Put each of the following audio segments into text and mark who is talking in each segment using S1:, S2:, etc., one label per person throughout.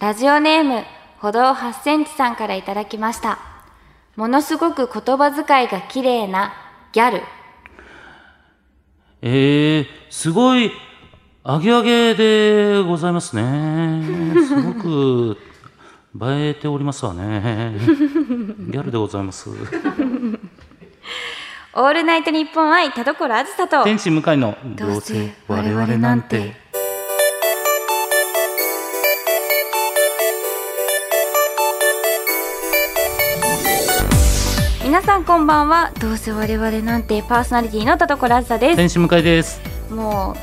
S1: ラジオネーム、歩道8センチさんからいただきました。ものすごく言葉遣いが綺麗なギャル。
S2: えー、すごい、アゲアゲでございますね。すごく、映えております わね。ギャルでございます。
S1: オールナイトニッポン愛田所あずさと。
S2: 天使向かいの、
S1: どうせ我々なんて。皆さんこんばんは。どうせ我々なんてパーソナリティの田所あずさで
S2: 天使向かいです。
S1: す。も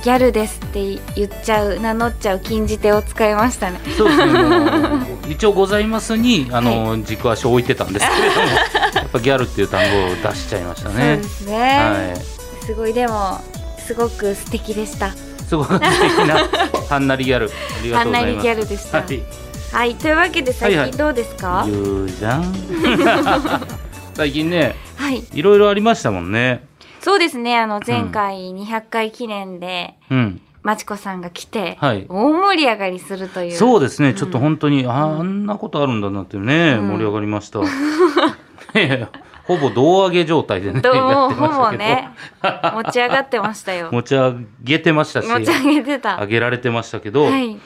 S1: うギャルですって言っちゃう名乗っちゃう禁じ手を使いましたね。
S2: そうですね。もう一応ございますに、あの、軸足を置いてたんですけれども、 やっぱギャルっていう単語を出しちゃいました
S1: そう
S2: ね
S1: で。すね。
S2: はい。
S1: すごいでもすごく素敵でした。
S2: すごく素敵な、 はんなりギャル。ありが
S1: は
S2: と
S1: ん
S2: うご
S1: な
S2: ざい
S1: り
S2: ま
S1: ギ
S2: す。
S1: ャルでした。
S2: はい。
S1: はい、というわけで最
S2: はいは
S1: 近
S2: い
S1: どうですか？
S2: 言うじゃん 最近ね
S1: はい、
S2: いろいろありましたもんね
S1: そうですね。あの前回200回記念で、
S2: うん
S1: まちこさんが来て、
S2: はい
S1: 大盛り上がりするという。
S2: そうですねちょっと本当に、ああんなことあるんだなってね、
S1: うん
S2: 盛り上がりました いやいやほぼ胴上げ状態でね
S1: どう
S2: や
S1: も
S2: って
S1: ほ
S2: まし
S1: ぼ
S2: たけど、
S1: ね、持ち上がってましたよ。
S2: 持ち上げてましたし
S1: 持ち上げてた。
S2: 上
S1: は
S2: げられてましたけどはい、
S1: い。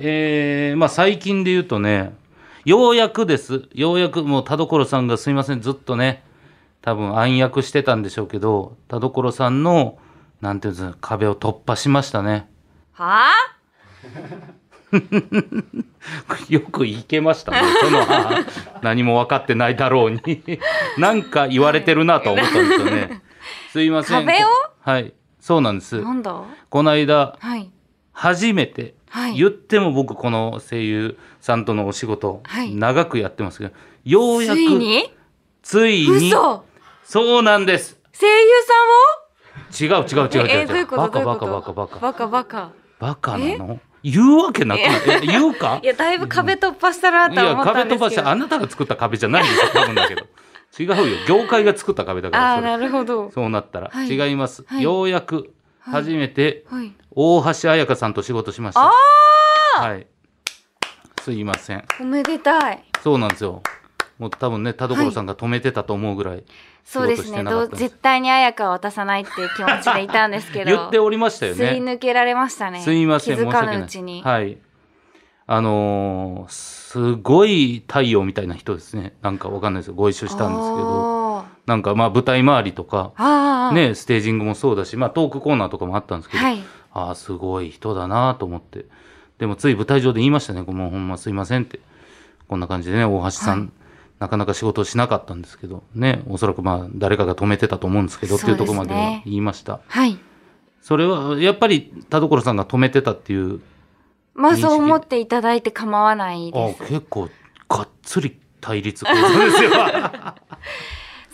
S2: えーまあ最近で言うとねようやくですようやくもう田所さんがすいませんずっとね多分暗躍してたんでしょうけど田所さんのなんていうんですか壁を突破しましたね
S1: はあ？
S2: よくいけましたねその あ何も分かってないだろうに なんか言われてるなと思ったんですよねすいません
S1: 壁を
S2: はいそうなんです
S1: なんだ？
S2: この間
S1: はい。
S2: 初めて、
S1: はい
S2: 言っても僕この声優さんとのお仕事、
S1: はい
S2: 長くやってますけどようやく
S1: ついに？
S2: ついに
S1: 嘘。
S2: そうなんです
S1: 声優
S2: 違う違う
S1: さん
S2: 違
S1: も？
S2: う違う違
S1: ええどういうこと
S2: バ
S1: どうい
S2: カ
S1: うこ
S2: バ
S1: と
S2: カバカバカ
S1: バカバカ。
S2: バカなの言うわけなくないえ言うか
S1: いやだいぶ壁突破したないとは
S2: や
S1: 思った
S2: 壁
S1: んで
S2: 飛
S1: すけど。
S2: ばしてあなたが作った壁じゃないんですよ多分だけど 違うよ業界が作った壁だか
S1: ああー
S2: らそれ
S1: なるほど。
S2: そうなったら、
S1: はい
S2: 違います、
S1: はい
S2: ようやく
S1: はい
S2: 初めて
S1: はい。
S2: 大橋彩香さんと仕事しました
S1: あ
S2: はいすいません
S1: あおめでたい。
S2: そうなんですよ。もう多分ね、田所さんが止めてたと思うぐらい、
S1: そうです
S2: 仕事して
S1: ね。
S2: なか
S1: ど
S2: った
S1: う
S2: んです
S1: 絶対に綾香は渡さないっていう気持ちでいたんですけど。
S2: 言っておりましたよ
S1: すり
S2: ね。
S1: 抜けられましたね。
S2: すいません、
S1: 気
S2: 申し
S1: づ
S2: 訳
S1: か
S2: ない。
S1: ぬうちに。
S2: はい。あのーすごい太陽みたいな人ですね。なんかわかんないですよ。ご一緒したんですけど。
S1: おー
S2: なんかまあ舞台周りとか、
S1: ああ。。
S2: ね、ステージングもそうだし、まあトークコーナーとかもあったんですけど、
S1: はい。
S2: ああ、すごい人だなと思って。でもつい舞台上で言いましたね。もうほんますいませんって。こんな感じでね、大橋さん、
S1: はい
S2: なかなか仕事をしなかったんですけど、ね、おそらくまあ誰かが止めてたと思うんですけど、っていうところま
S1: そ
S2: で
S1: うです
S2: は
S1: ね
S2: 言いました。
S1: はい。
S2: それは、やっぱり田所さんが止めてたっていう、
S1: まあ
S2: 認識
S1: そう思っていただいて構わない
S2: ああ
S1: です。
S2: 結構がっつり対立構造で すよ。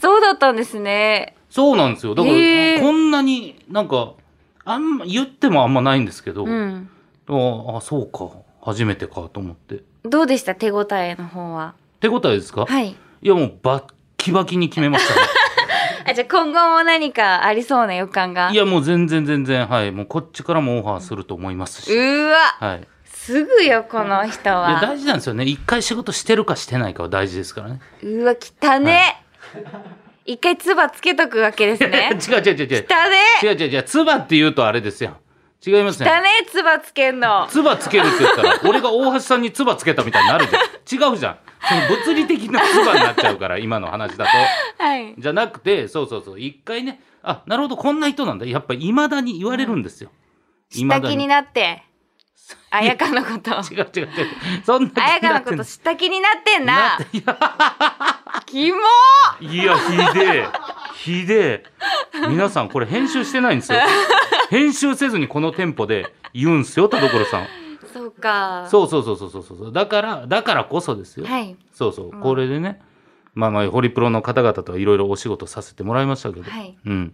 S1: そうだったんですね。
S2: そうなんですよ。だから、
S1: へえ
S2: こんなになんか、あんま、言ってもあんまないんですけど、
S1: うん。
S2: ああ、そうか、初めてかと思って。
S1: どうでした手応えの方は。
S2: 手応えですか
S1: はい。
S2: いやもうバッキバキに決め ました、
S1: あ、じゃあ今後も何かありそうな予感が。
S2: ね。いやもう全然全然はいもうこっちからもオファーすると思いま
S1: う
S2: すし。
S1: ーわ。
S2: はい。い
S1: すぐよ、この人
S2: や
S1: は。
S2: 大事なんですよね。一回仕事してるかしてないかは大事ですからね。
S1: うわ、汚ね。一回唾つけとくわけです ね。
S2: 違う違う違う違う
S1: 汚ね。
S2: 違う違う違う。つばって言うとあれですよ。違います
S1: 汚
S2: ね。
S1: ね、唾つけんの。
S2: つばつけるって言ったら俺が大橋さんにつばつけたみたいになるじゃん。違うじゃん。その物理的なつばになっちゃうから今の話だと。
S1: はい。
S2: じゃなくてそうそうそう一回ねあなるほどこんな人なんだやっぱいまだに言われるんですよ。未だ
S1: 下気にな って。綾香のこと。
S2: 違う違う違う。そんな気
S1: 綾
S2: に
S1: 香
S2: な
S1: の
S2: って
S1: こ
S2: ん
S1: と
S2: の
S1: 下気になってんな。キモ
S2: いや、ひでえ。ひでえ。皆さん、これ編集してないんですよ。編集せずにこのテンポで言うんすよ、田所さん。
S1: そうか。
S2: そうそうそうそうそうそう。だから、だからこそですよ。
S1: はい。
S2: そうそう。
S1: ん
S2: これでね、まあまあ、ホリプロの方々とはいろいろお仕事させてもらいましたけど、
S1: はい
S2: うん。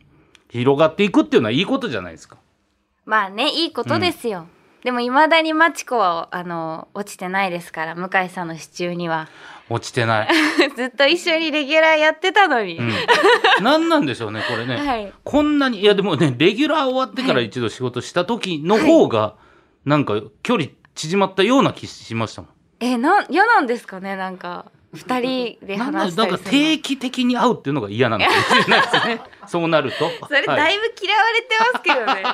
S2: 広がっていくっていうのはいいことじゃないですか。
S1: まあね、いいことですよ。でも、いまだにマチコは、あの、落ちてないですから、向井さんの支柱には。
S2: 落ちてない。
S1: ずっと一緒にレギュラーやってたのに。
S2: うん。何なんでしょうね、これね。
S1: はい。
S2: こんなに、いやでもね、レギュラー終わってから一度仕事した時の方が、なんか距離縮まったような気しましたもん
S1: えなん嫌なんですかねなんか二人で
S2: なんだ
S1: 話した
S2: な
S1: り
S2: ん
S1: するの
S2: か定期的に会うっていうのが嫌なのかもしれないです ねそうなると
S1: それだいぶ嫌われてますけどね、
S2: はい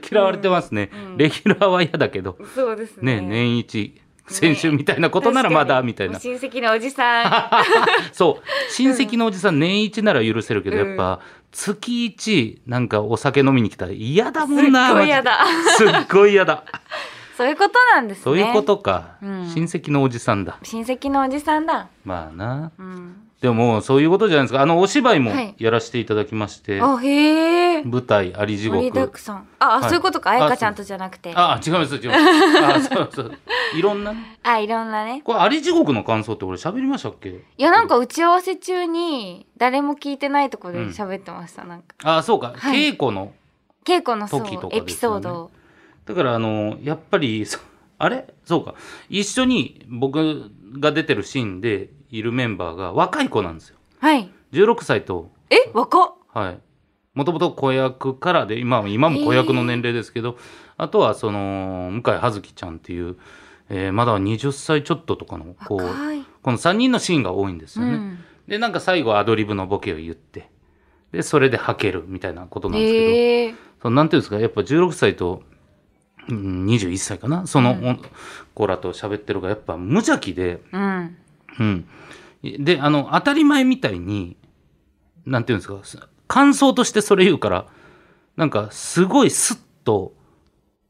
S2: 嫌われてますね、
S1: うん
S2: レギュラーは嫌だけど
S1: そうですね
S2: ね年一先週みたいなことならまだみたいな、
S1: 確かに親戚のおじさん
S2: そう親戚のおじさん年一なら許せるけど、
S1: うん
S2: やっぱ月一なんかお酒飲みに来たら嫌だもんな
S1: すっごい嫌だ
S2: マジですっごい 嫌だ
S1: そういうことなんですね
S2: そういうことか、
S1: うん
S2: 親戚のおじさんだ
S1: 親戚のおじさんだ
S2: まあな
S1: うん
S2: でもそういうことじゃないですかあのお芝居も
S1: はい
S2: やらせていただきまして、
S1: あへえ
S2: 舞台「あり地
S1: 盛りだ
S2: 獄
S1: くさんあ、あ
S2: はい
S1: そういうことか彩香ちゃんとじゃなく」てあ
S2: あ違います違いますあそうそういろんなね
S1: いろんなね
S2: これ「あり地獄」の感想って俺喋りましたっけ
S1: いやなんか打ち合わせ中に誰も聞いてないところで喋ってました、なんか
S2: あそうか、
S1: はい
S2: 稽古の
S1: 稽古のそう、
S2: 時とかですよね
S1: エピソードを
S2: だからあのやっぱりそあれそうか一緒に僕が出てるシーンでいるメンバーが若い子なんですよ
S1: はい
S2: 16歳と
S1: え若っ
S2: はいもともと子役からで今は今も子役の年齢ですけど、あとはその向井葉月ちゃんっていう、えーまだ20歳ちょっととかの子
S1: 若い
S2: この3人のシーンが多いんですよね、
S1: うん
S2: でなんか最後アドリブのボケを言ってでそれで吐けるみたいなことなんですけど、
S1: えー、
S2: そのなんていうんですかやっぱ16歳とうん21歳かなその、
S1: うん
S2: お子らと喋ってるがやっぱ無邪気で、
S1: うん
S2: うん、であの当たり前みたいになんていうんですかす感想としてそれ言うからなんかすごいスッと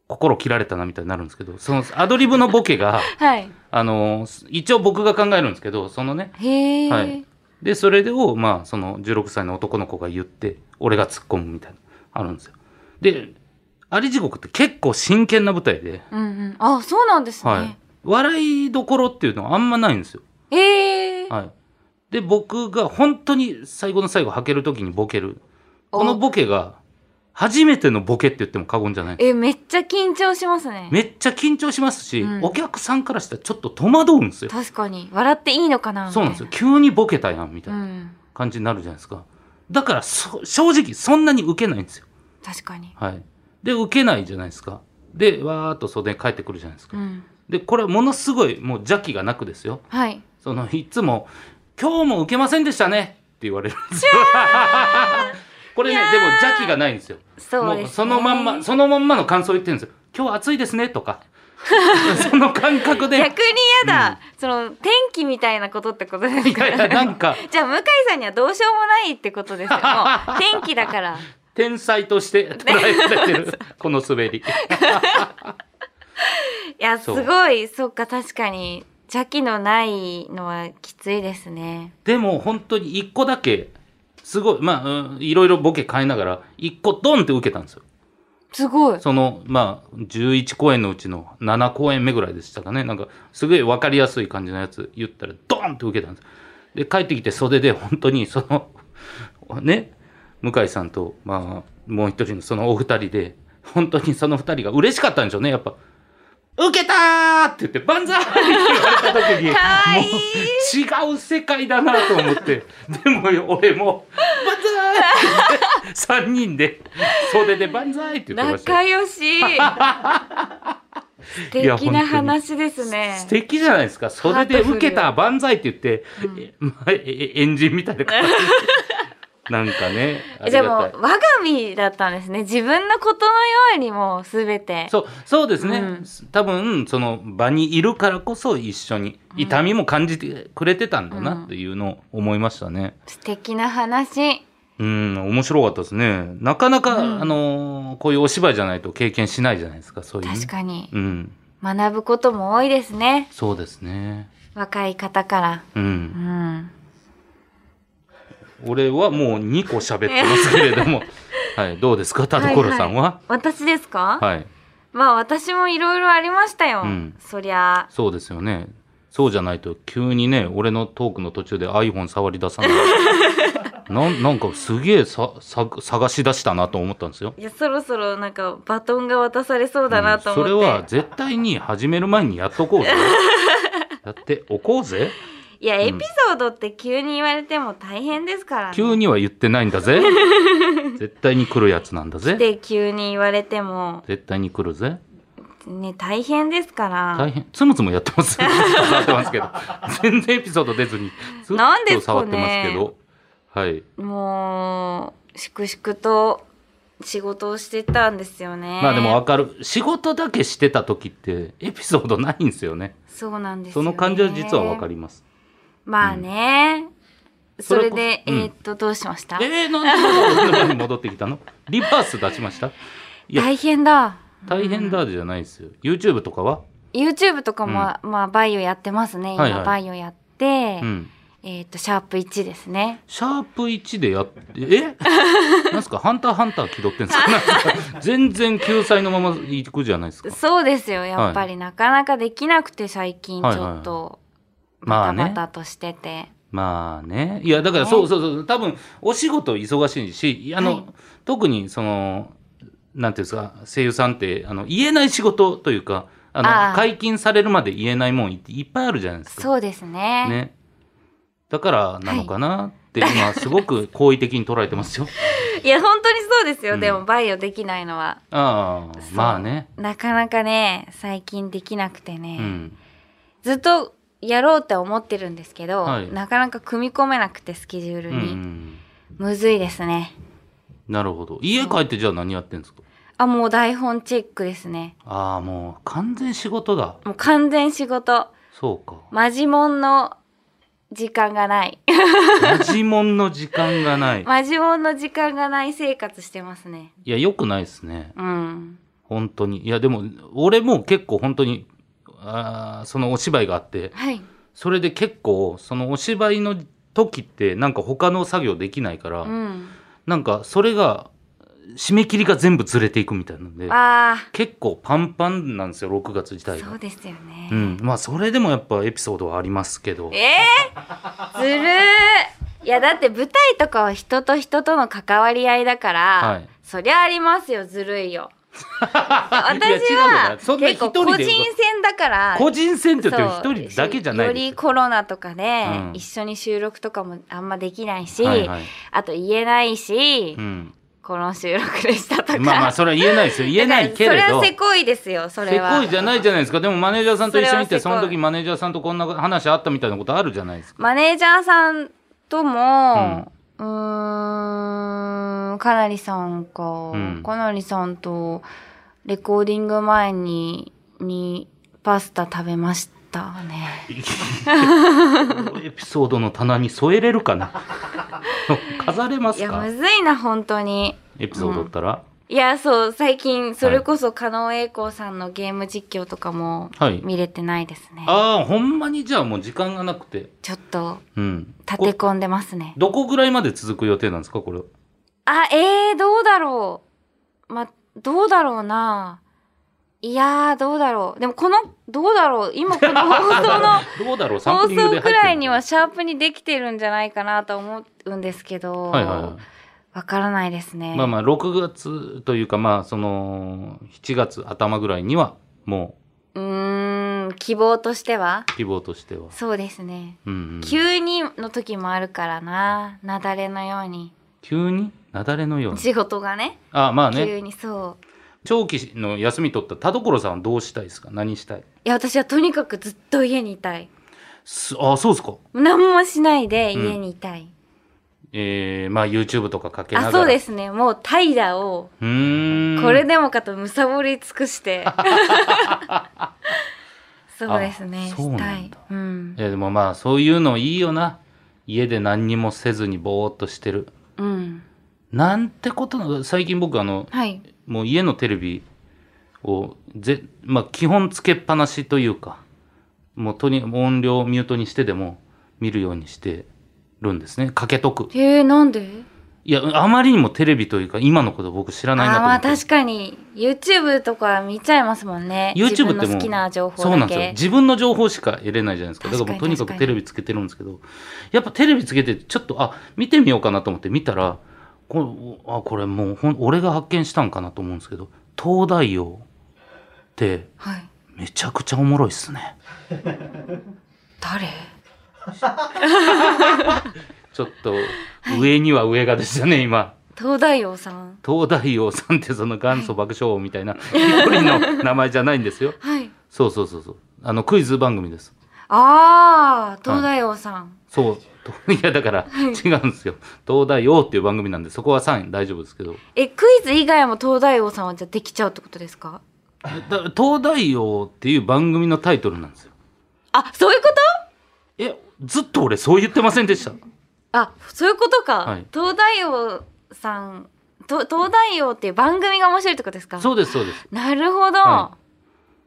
S2: 心切られたなみたいになるんですけどそのアドリブのボケが
S1: はい
S2: あの一応僕が考えるんですけどそのね
S1: へえ、
S2: はいでそれをまあその16歳の男の子が言って俺が突っ込むみたいなあるんですよで「あり地獄」って結構真剣な舞台で、
S1: うんうんあそうなんですね、
S2: はい、笑いどころっていうのはあんまないんですよ、
S1: ええー
S2: はい、で僕が本当に最後の最後はける時にボケるこのボケが初めてのボケって言っても過言じゃない
S1: えめっちゃ緊張しますね
S2: めっちゃ緊張しますし、
S1: うん
S2: お客さんからしたらちょっと戸惑うんですよ
S1: 確かに笑っていいのかな
S2: そうなんですよ急にボケたやんみた
S1: みた
S2: い
S1: い
S2: な
S1: なうん
S2: 感じになるじゃないですかだからそ正直そんなにウケないんですよ
S1: 確かに
S2: はい、で受けないじゃないですかでわーっと袖に帰ってくるじゃないですか、
S1: うん
S2: でこれものすごいもう邪気がなくですよ
S1: はい
S2: そのいつも「今日も受けませんでしたね」って言われるんですよ これね
S1: い
S2: で
S1: やー
S2: も邪気がないんですよ
S1: そうです、ね、
S2: もうそのまんまそのまんまの感想言ってるんですよ「今日暑いですね」とかその感覚で
S1: 逆に嫌だ、その天気みたいなことってことです
S2: い
S1: か
S2: やいやなんか
S1: じゃあ向井さんにはどうしようもないってこと ですよもう天気だから
S2: 天才として捉えられてるこの滑り
S1: いやす
S2: そう
S1: ごいそっか確かに邪気のないのはきついですね
S2: でも本当に一個だけすごいまあ、うんいろいろボケ変えながら一個ドンって受けたんですよ
S1: すごい
S2: そのまあ11公演のうちの7公演目ぐらいでしたかねなんかすごい分かりやすい感じのやつ言ったらドンって受けたんですで帰ってきて袖で本当にそのね向井さんとまあもう一人のそのお二人で本当にその二人が嬉しかったんでしょうねやっぱ「受けたー!」って言って「万歳!」って言われた時に
S1: かわいい
S2: 違う世界だなと思ってでも俺も「万歳!」って3人で袖で「万歳!」って言ってましたよ
S1: 仲良し素
S2: や
S1: 敵な話です
S2: 素
S1: ね
S2: 敵じゃないですか袖で受け
S1: ハ
S2: た万歳って言って、えまあ、ええエンジンみたいな感じなんかねあり
S1: で
S2: が
S1: も
S2: たい
S1: 我が身だったんですね自分のことのようにもう全て
S2: そうそうですね、
S1: うん
S2: 多分その場にいるからこそ一緒に痛みも感じてくれてたんだ
S1: うん
S2: なっていうのを思いましたね
S1: 素敵な話
S2: うん面白かったですねなかなか、
S1: うん
S2: あのーこういうお芝居じゃないと経験しないじゃないですかそういうね、
S1: 確かに
S2: うん
S1: 学ぶことも多いですね
S2: そうですね
S1: 若い方から
S2: う
S1: うんん
S2: 俺はもう2個喋ってますけれどもはいどうですか田所さんは、
S1: 私ですか、
S2: はい
S1: まあ私もいろいろありましたよ、
S2: うん
S1: そりゃ
S2: そうですよね。そうじゃないと急にね、俺のトークの途中で iPhone 触り 出さない。なんなんかすげえささ探し出したなと思ったんですよ。
S1: いやそろそろなんかバトンが渡されそうだなと思って、
S2: うんそれは絶対に始める前にやっと こうぜ。やっておこうぜ。
S1: いやエピソードって急に言われても大変ですから、ね、
S2: 急には言ってないん だぜ。絶対に来るやつなんだぜ。
S1: で急に言われても
S2: 絶対に来るぜ。
S1: ね、大変ですから。
S2: 大変つむつむやってま すずっと触ってますけど全然エピソード出ずにずっ
S1: なんで
S2: と
S1: すか
S2: 触
S1: ね
S2: ってますけど、はい
S1: もう、粛々と仕事をしてたんですよね。
S2: まあでもわかる仕事だけしてた時ってエピソードないんですよね
S1: そうなんです
S2: そ
S1: よ、ね。
S2: の感じは実はわか
S1: る。
S2: ります
S1: まあね。そ
S2: それ
S1: れ
S2: こ
S1: で、
S2: うん
S1: えーっと、どうしました
S2: えー、なんで俺の方に戻ってきたの リバース出しましたいや
S1: 大変だ。
S2: 大変だじゃないですよ YouTube とかは
S1: YouTube とかも、まあ、バイオやってますね。今、
S2: はいはい
S1: バイオやって、
S2: うん
S1: えーっと、シャープ1ですね。
S2: シャープ1でやって えなんすか「ハンターハンター」気取ってんすかなんか全然救済のままいくじゃないですか
S1: そうですよ。やっぱりなかなかできなくて、最近ち
S2: はいはい
S1: ょっと、
S2: まあ
S1: バタ
S2: ね
S1: バタとしてて。
S2: まあねいやだから
S1: ね
S2: そうそうそう多分お仕事忙しいしあの、
S1: はい
S2: 特にそのなんていうんですか声優さんってあの言えない仕事というかあの
S1: ああ
S2: 解禁されるまで言えないもんいいっぱいあるじゃないですか。
S1: そうですね。
S2: ね、だからなのかなって、今すごく好意的に捉えてま すよ。
S1: いや、本当にそうですよ。
S2: うん
S1: でも、バイオできないのは。
S2: ああまあね。
S1: なかなかね、最近できなくてね。
S2: うん、
S1: ずっとやろうって思ってるんですけど、
S2: はい
S1: なかなか組み込めなくて、スケジュール
S2: う
S1: に。
S2: ん、
S1: むずいですね。
S2: なるほど家帰ってじゃあ何やってんですか
S1: あ、もう台本チェックですね。
S2: ああもう完全仕事だ
S1: もう完全仕事。
S2: そうか
S1: マジモンの時間がない。
S2: マジモンの時間がない
S1: マジモンの時間がない生活してますね。
S2: いや、良くないですね。
S1: うん。
S2: 本当に。いや、でも、俺も結構本当に、あーそのお芝居があって、
S1: はい。
S2: それで結構、そのお芝居の時って、なんか他の作業できないから、
S1: うん。
S2: なんかそれが、締め切りが全部ずれていくみたいなんで、
S1: ああ、
S2: 結構パンパンなんですよ、6月自体
S1: そ
S2: が
S1: う。ですよね。
S2: うん。まあ、それでもやっぱエピソードはありますけど。
S1: えー、ずるーいやだって舞台とかは人と人との関わり合いだから、
S2: はい
S1: そりゃありますよずるい よ私
S2: いや違うんだ
S1: は
S2: よそんな
S1: 結構
S2: 一人で
S1: 個人戦だから
S2: 個人戦って言っ
S1: そ
S2: て
S1: う
S2: る一人だけじゃない
S1: よ
S2: で
S1: り
S2: す
S1: コロナとかで
S2: うん
S1: 一緒に収録とかもあんまできないし、
S2: よ。はいはい。
S1: あと言えないし、
S2: うん。
S1: この収録でしたとか
S2: まあまあ、それは言えないですよ。言えないけれど。
S1: だからそれはせこいですよそれは
S2: せこいじゃないじゃないですかでもマネージャーさんと一緒にいて
S1: そ
S2: そ
S1: れはせこい
S2: の時マネージャーさんとこんな話あったみたいなことあるじゃないで すか
S1: マネージャーさんとも、うーん、かなりさんか、
S2: うん
S1: かなりさんと、レコーディング前に、に、パスタ食べましたね。
S2: エピソードの棚に添えれるか な飾れま
S1: い
S2: す
S1: や、
S2: か
S1: むずいな、本当に。
S2: エピソードだったら、
S1: いや、そう、最近、それこそ、加納栄光さんのゲーム実況とかも
S2: はい、
S1: 見れてないですね。
S2: ああほんまにじゃあもう時間がなくて
S1: ちょっと、
S2: うん
S1: 立て
S2: こ
S1: 込んでますね。
S2: どこぐらいまで続く予定なんですかこれ
S1: あ、えー、どうだろう。ま、どうだろうな。いやー、どうだろう。でも、この、どうだろう。今、 この放送の、
S2: どうだろうサン
S1: 放
S2: プリングで
S1: 送
S2: 入って
S1: く
S2: る
S1: らいにはシャープにできてるんじゃないかなと思うんですけど、
S2: はいはいは
S1: わからないですね。
S2: いまあまあ6月というかまあその7月頭ぐらいにはも
S1: うーん、希望としては
S2: う希望としては、
S1: そうですね。
S2: うんうん、
S1: 急にの時もあるからな。雪崩のように。
S2: 急に雪崩のように
S1: 仕事がね、
S2: あまあね
S1: 急にそう。
S2: 長期の休み取った田所さんはどうしたいですか何したい
S1: いや、私はとにかくずっと家にいたい。
S2: すあそうですか
S1: 何もしないで家にいたい。
S2: えー、まあ YouTube とかかけながら
S1: あそうですすねもう怠惰を
S2: うーん
S1: これでもかとむさぼり尽くして、 そうですね
S2: あそうなん
S1: し
S2: だ
S1: たい、うん
S2: いやでもまあそういうのいいよな家で何にもせずにぼーっとしてる
S1: うん、
S2: なんてことな最近僕あの
S1: はい
S2: もう家のテレビをぜ、まあ、基本つけっぱなしというかもうとに音量をミュートにしてでも見るようにしてるんですねかけとく
S1: えー、なんで
S2: いやあまりにもテレビというか今のこと僕知ら
S1: あ
S2: ないなと
S1: ー
S2: 思
S1: ま
S2: っ
S1: あ
S2: て
S1: 確かに YouTube とか見ちゃいますもんね自
S2: YouTube って
S1: 分
S2: も
S1: の
S2: う
S1: 好きな情報だけ
S2: そうなんですよ自分の情報しか得れないじゃないですかだからもう
S1: 確か
S2: と
S1: に
S2: にかくテレビつけてるんですけどやっぱテレビつけてちょっとあ見てみようかなと思って見たらこれあこれもうほん俺が発見したんかなと思うんですけど東大王って
S1: はい
S2: めちゃくちゃおもろいっすね
S1: 誰
S2: ちょっと上には上がですよね今
S1: 東大王さん
S2: 東大王さんってその元祖爆笑王みたいな一人の名前じゃないんですよ
S1: はい
S2: そうそうそうそうあのクイズ番組です
S1: ああ東大王さん
S2: そうと いやだから違うんですよ東大王っていう番組なんでそこは3位大丈夫ですけど
S1: えクイズ以外も東大王さんはじゃあできちゃうってことですか
S2: だ東大王っていう番組のタイトルなんですよ
S1: あそういうこと
S2: えずっと俺そう言ってませんでした
S1: あそういうことか、
S2: はい
S1: 東大王さんと東大王っていう番組が面白いってことですか
S2: そうですそうです
S1: なるほど、
S2: は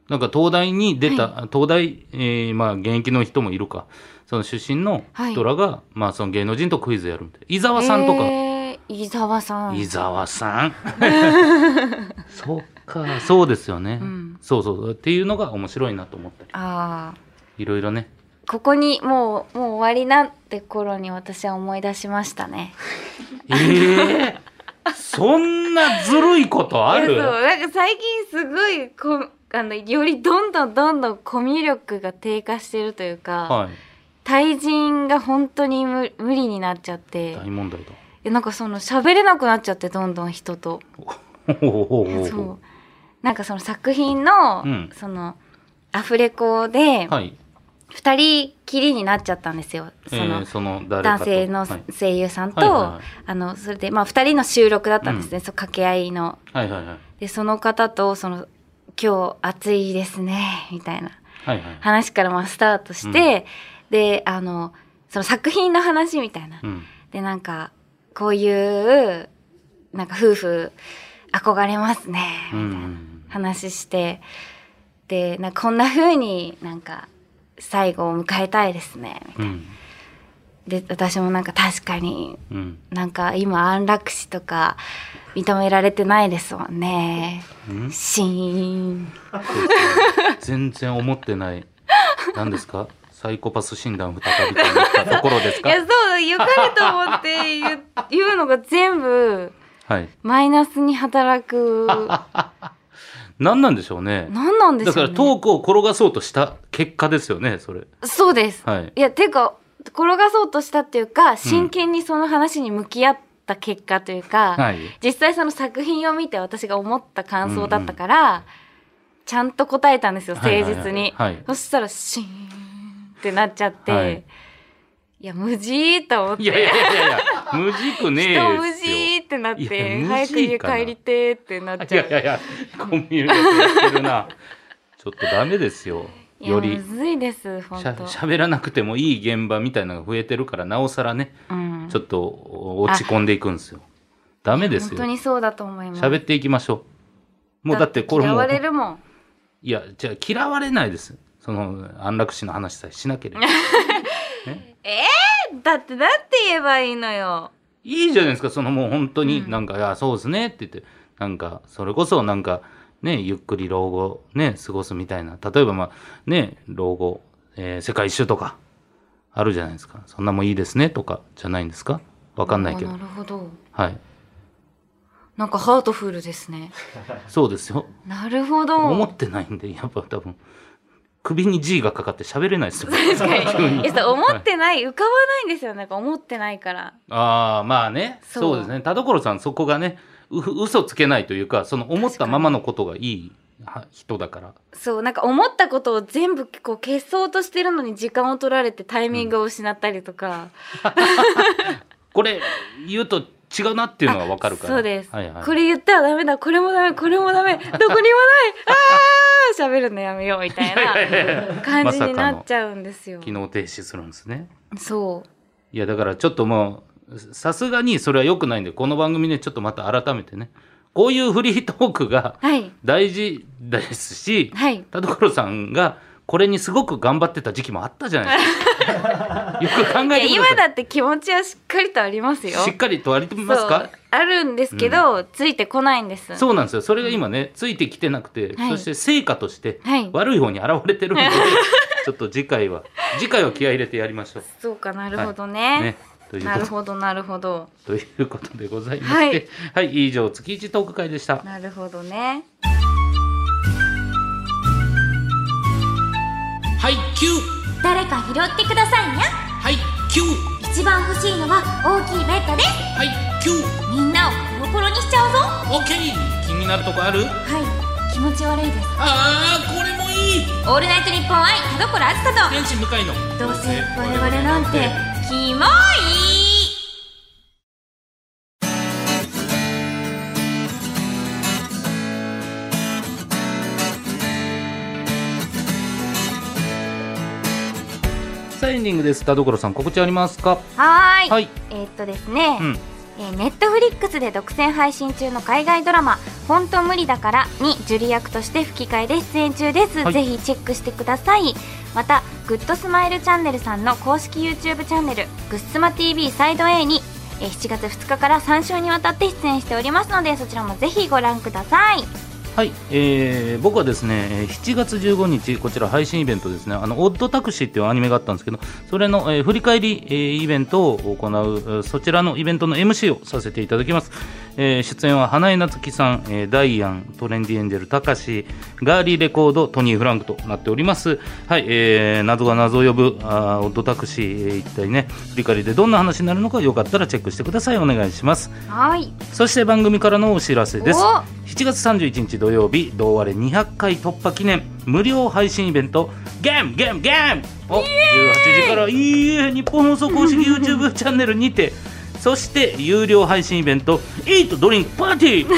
S2: なんか東大に出た、東大、えーまあ現役の人もいるかその出身の人らが、まあその芸能人とクイズやるみたいな伊沢さんとか、
S1: えー伊沢さん
S2: 伊沢 さんそっかそうですよね、
S1: うん
S2: そうそうっていうのが面白いなと思ったり
S1: ああ
S2: いろいろね
S1: ここにもうもう終わりなんて頃に私は思い出しましたね
S2: ええそんなずるいことあ
S1: いやそう
S2: る
S1: なんか最近すごいこあのよりどんどんどんどんコミュ力が低下してるというか、
S2: は
S1: 対人が本当に無無理になっちゃっ
S2: い
S1: て
S2: 大問題だ
S1: えなんかその喋れなくなっちゃってどんどん人と
S2: ほうほうほうほう
S1: そうなんかその作品の、
S2: うん
S1: そのアフレコで
S2: はい、
S1: 2人きりになっちゃったんですよ、
S2: え
S1: その
S2: ー、その誰か
S1: 男
S2: と
S1: 性の
S2: はい
S1: 声優さんと、
S2: はいはいはい
S1: あのそれで、まあ、2人の収録だったんですね、そう掛け合いの。
S2: はいはいはい
S1: でその方とその「今日暑いですね」みたいな
S2: はいはい
S1: 話からまあスタートして、であのその作品の話みたいな。
S2: うん
S1: でなんかこういうなんか夫婦憧れますねみた
S2: う
S1: い
S2: んう
S1: なん話して、でなんかこんな風になんか最後を迎えたいですね
S2: うん
S1: で私もなんか確かに
S2: うん
S1: なんか今安楽死とか認められてないですもんね
S2: うん
S1: シーン
S2: 全然思って ない何ですかサイコパス診断再びと思ったところです
S1: い
S2: か
S1: やそう良かれと思って言う言うのが全部
S2: はい
S1: マイナスに働く
S2: 何なんでしょうね
S1: 何なんで
S2: だ
S1: し
S2: か
S1: ょう
S2: ら
S1: ね
S2: トークを転がそうとした結果ですよねそれ
S1: そうです
S2: はい
S1: いやていうか転がそうとしたっていうか真剣にその話に向き合った結果というか、
S2: はい
S1: 実際その作品を見て私が思った感想だったから、ちゃんと答えたんですよ誠実に、
S2: はいはいはい
S1: そしたらシーンってなっちゃって、
S2: はい
S1: い、や無事ーと思って
S2: いやいやいやいやいや無軸ねえ
S1: 人無
S2: ですよ
S1: 事ってなっ
S2: いや
S1: て
S2: 無事
S1: 早く家
S2: かな
S1: 帰りてーってなっ
S2: い
S1: ちゃう
S2: やいやいやコミュニケーションやってる なちょっとダメですよ
S1: いや
S2: より
S1: むずいです本
S2: しゃ
S1: 当
S2: 喋らなくてもいい現場みたいなのが増えてるからなおさらね
S1: うん
S2: ちょっと落ち込んでいくんですよダメです
S1: 本
S2: よ
S1: 当にそうだと思います
S2: 喋っていきましょうもうだってこれ
S1: 嫌
S2: も
S1: わ
S2: う
S1: れるもん
S2: いやじゃあ嫌われないですその安楽死の話さえしなければ
S1: だってだって言えばいいのよ
S2: いいじゃないですかそのもう本当
S1: う
S2: に
S1: ん
S2: なんか「あそうですね」って言ってなんかそれこそなんかねゆっくり老後ね過ごすみたいな例えばまあね老後、えー世界一周とかあるじゃないですかそんなもんいいですねとかじゃないんですかわかんないけ
S1: あ
S2: ど
S1: なるほど
S2: はい
S1: なんかハートフルですね
S2: そうですよ
S1: なるほど
S2: 思ってないんでやっぱ多分首に G がかかって喋れないですよ
S1: 確かにいやそう思ってない浮かばないんですよなんか思ってないから
S2: ああまあね
S1: そ
S2: そううですね田所さんそこがねう嘘つけないというかその思ったままのことがいいは人だから
S1: そうなんか思ったことを全部こう消そうとしてるのに時間を取られてタイミングを失ったりとか、
S2: これ言うと違うなっていうのが分かるから
S1: そうです、
S2: はいはい、
S1: これ言ったらダメだこれもダメこれも ダメどこにもないああ喋るのやめようみた いな感じになっちゃうんですよ、
S2: 機能停止するんですね
S1: そ
S2: いやだからちょっともうさすがにそれは良くないんでこの番組でちょっとまた改めてねこういうフリートークが
S1: う はい
S2: 大事ですし、
S1: はい
S2: 田所さんがこれにすごく頑張ってた時期もあったじゃな いですかよく考
S1: い
S2: え
S1: や
S2: てく
S1: 今
S2: ださ
S1: だって気持ちはしっかりとあります
S2: い
S1: よ
S2: しっかりとあります
S1: そ
S2: か
S1: うあるんですけど、ついてこないんです
S2: そうなんですよそれが今ねついてきてなくて、
S1: はい
S2: そして成果として
S1: はい
S2: 悪い方に現れてるんで、ちょっと次回は次回は気合い入れてやりましょう。
S1: そうかなるほどね,、
S2: ねという
S1: な
S2: こ
S1: る
S2: と
S1: ほどなるほど
S2: ということでございま
S1: は
S2: し
S1: い
S2: て、はい、以上月一トーク会でした。
S1: なるほどね
S2: はい、キュー、
S1: 誰か拾ってくださいにゃ
S2: はい、キュー、
S1: 一一番欲しいのは大きいベッドです
S2: はいキュー
S1: みんなをコロコロにしちゃうぞは
S2: オッケー気になるとこある
S1: い気持ち悪いです
S2: ああこれもいい
S1: オールナイトニッポン愛田所あずさ
S2: 天使向かいの
S1: とどうせ我々なんてキモい
S2: さあエンディングです田所さん告知ありますか
S1: はーい、
S2: はい
S1: えーっとですね、
S2: うん
S1: えー、ネットフリックスで独占配信中の海外ドラマ「本当無理だから」にジュリ役として吹き替えで出演中です、
S2: はい
S1: ぜひチェックしてくださいまた「グッドスマイルチャンネル」さんの公式 YouTube チャンネル「グッスマ TV サイド A に」えー7月2日から3週にわたって出演しておりますのでそちらもぜひご覧ください
S2: はい、えー僕はですねえー7月15日こちら配信イベントですねあのオッドタクシーっていうアニメがあったんですけどそれの、えー振り返り、えーイベントを行うえーそちらのイベントの MC をさせていただきます、えー出演は花江夏樹さん、えーダイアントレンディエンジェルたかしガーリーレコードトニー・フランクとなっておりますはい、えー謎が謎を呼ぶあーオッドタクシー、えー一体ね振り返りでどんな話になるのかよかったらチェックしてくださいお願いします
S1: はい
S2: そして番組からのお知らせです
S1: お
S2: 7月31日土曜日同割れ200回突破記念無料配信イベント「ゲームゲームゲーム!」を18時から「いいえ日本放送公式 YouTube チャンネル」にてそして有料配信イベント「イートドリンクパーティー!」を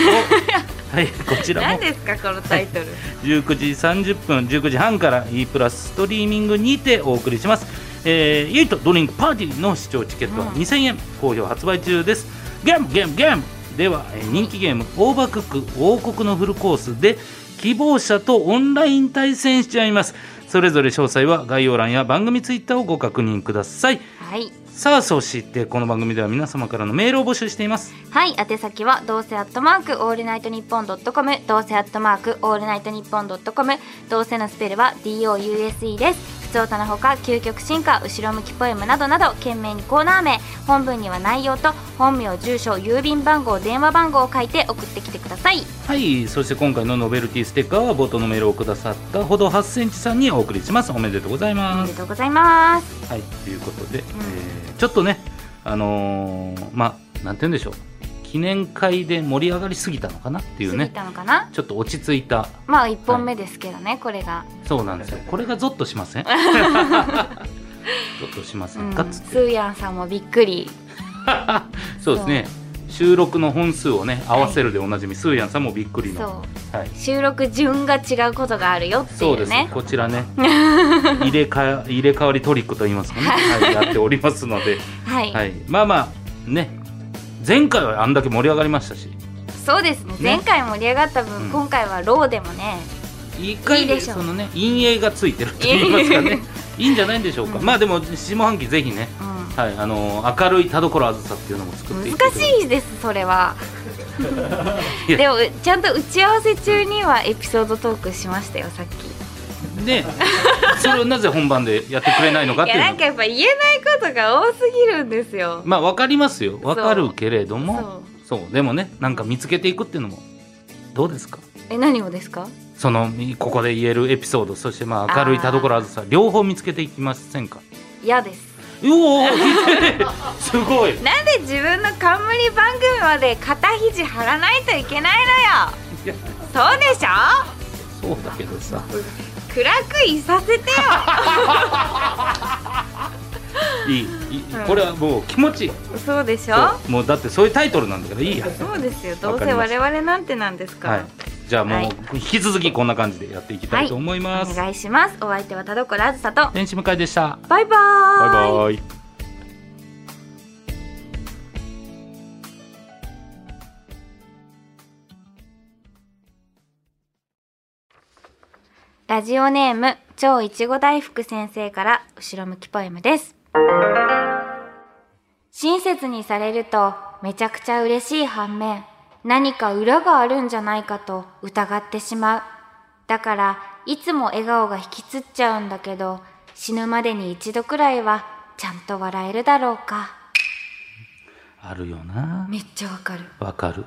S2: はいこちらも
S1: ですかこのタイトル
S2: 19時30分19時半から e プラスストリーミングにてお送りします、えー、イートドリンクパーティーの視聴チケットは2000円、好評発売中ですゲームゲームゲームでは、えー人気ゲーム「オーバークック王国のフルコース」で希望者とオンライン対戦しちゃいますそれぞれ詳細は概要欄や番組ツイッターをご確認ください
S1: はい
S2: さあそしてこの番組では皆様からのメールを募集しています
S1: はい、宛先はどうせアットマークオールナイトニッポンドットコム、どうせアットマークオールナイトニッポンドットコム、どうせのスペルは DOUSE です。普通歌のほか、究極進化、後ろ向きポエムなどなど、懸命にコーナー名、本文には内容と、本名、住所、郵便番号、電話番号を書いて送ってきてください。
S2: はいそして今回のノベルティステッカーは冒頭のメールをくださったほど8センチさんにお送りしますおめでとうござい
S1: おめ
S2: ま
S1: ですとうございます。
S2: はいということで、えーちょっとねあのーまあなんて言うんでしょう記念会で盛り上がりすぎたのかなっていう
S1: 過ぎ
S2: ね
S1: たのかな
S2: ちょっと落ち着いた
S1: まあ、一本目ですけどね、これが。
S2: そうなんです よこれがゾッとしません ゾッとしませ
S1: うんん、
S2: かっつ
S1: ス
S2: って、
S1: ーヤンさんもびっくり。
S2: そうですね収録の本数をね合わせるでおなじみ、スーヤンさんもびっくり
S1: そ
S2: の、
S1: う。
S2: はい、
S1: 収録順が違うことがあるよって
S2: そ
S1: いう
S2: で
S1: う
S2: す
S1: ね
S2: ね。。こち らね、入れ替え入れ替わりトリックと言 いますかね、はい、やっておりますので、
S1: はい。
S2: はい、まあまあね、前回はあんだけ盛り上がりましたし、
S1: そうですね前回盛り上がった分、
S2: うん
S1: 今回はローでもね
S2: 一
S1: い
S2: 回
S1: いでしょう
S2: そのね陰影がついてると言いますかね、いいんじゃないんでしょうか。
S1: うん
S2: まあでも下半期ぜひね、
S1: う
S2: はい、あの明るい田所あずさっていうのも作って
S1: ん
S2: い
S1: 難しいですそれは
S2: いや
S1: でもちゃんと打ち合わせ中にはエピソードトークしましたよさっき
S2: い。で、それをなぜ本番でやってくれないのかっ
S1: い
S2: ていう
S1: や
S2: の
S1: なんかやっぱ言えないことが多すぎるんですよ
S2: まあわかりますよ、わかるけれども、そうでもね、なんか見つけていくっていうのもどうですか。
S1: え何をですか
S2: そのここで言えるエピソードそしてまあ明るい田所あずさ両方見つけていきませんか
S1: 嫌です
S2: うおー 聞いてるすごい
S1: なんで自分の冠番組まで肩肘張らないといけないのよ
S2: いや
S1: そうでしょ
S2: そうだけどさ
S1: 暗くいさせてよ
S2: いいいいこれはもう気持ちいい
S1: そうでしょ
S2: そうもうだってそういうタイトルなんだからいいや
S1: そうですよど
S2: わ
S1: う
S2: か
S1: せ
S2: りまし
S1: 我々なんてなんですから、
S2: はいじゃあ
S1: は
S2: も
S1: いう
S2: 引き続きこんな感じでやっていきたいと思いま
S1: お
S2: す、
S1: 願いしますお相手は田所あずさと
S2: 天使向井でした
S1: バイバ
S2: バイ
S1: ーイ
S2: バイ
S1: ラジオネーム超いちご大福先生から後ろ向きポエムです親切にされるとめちゃくちゃ嬉しい反面何か裏があるんじゃないかと疑ってしまうだからいつも笑顔が引きつっちゃうんだけど死ぬまでに一度くらいはちゃんと笑えるだろうか
S2: あるよな
S1: めっちゃわかる
S2: わかる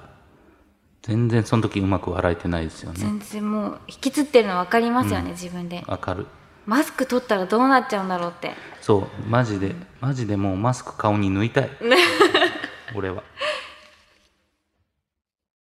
S2: 全然その時うまく笑えてないですよね
S1: 全然もう引きつってるの分かりますよね、自分で
S2: わかる
S1: マスク取ったらどうなっちゃうんだろうって
S2: そうマジでマジでもうマスク顔に抜いたい俺は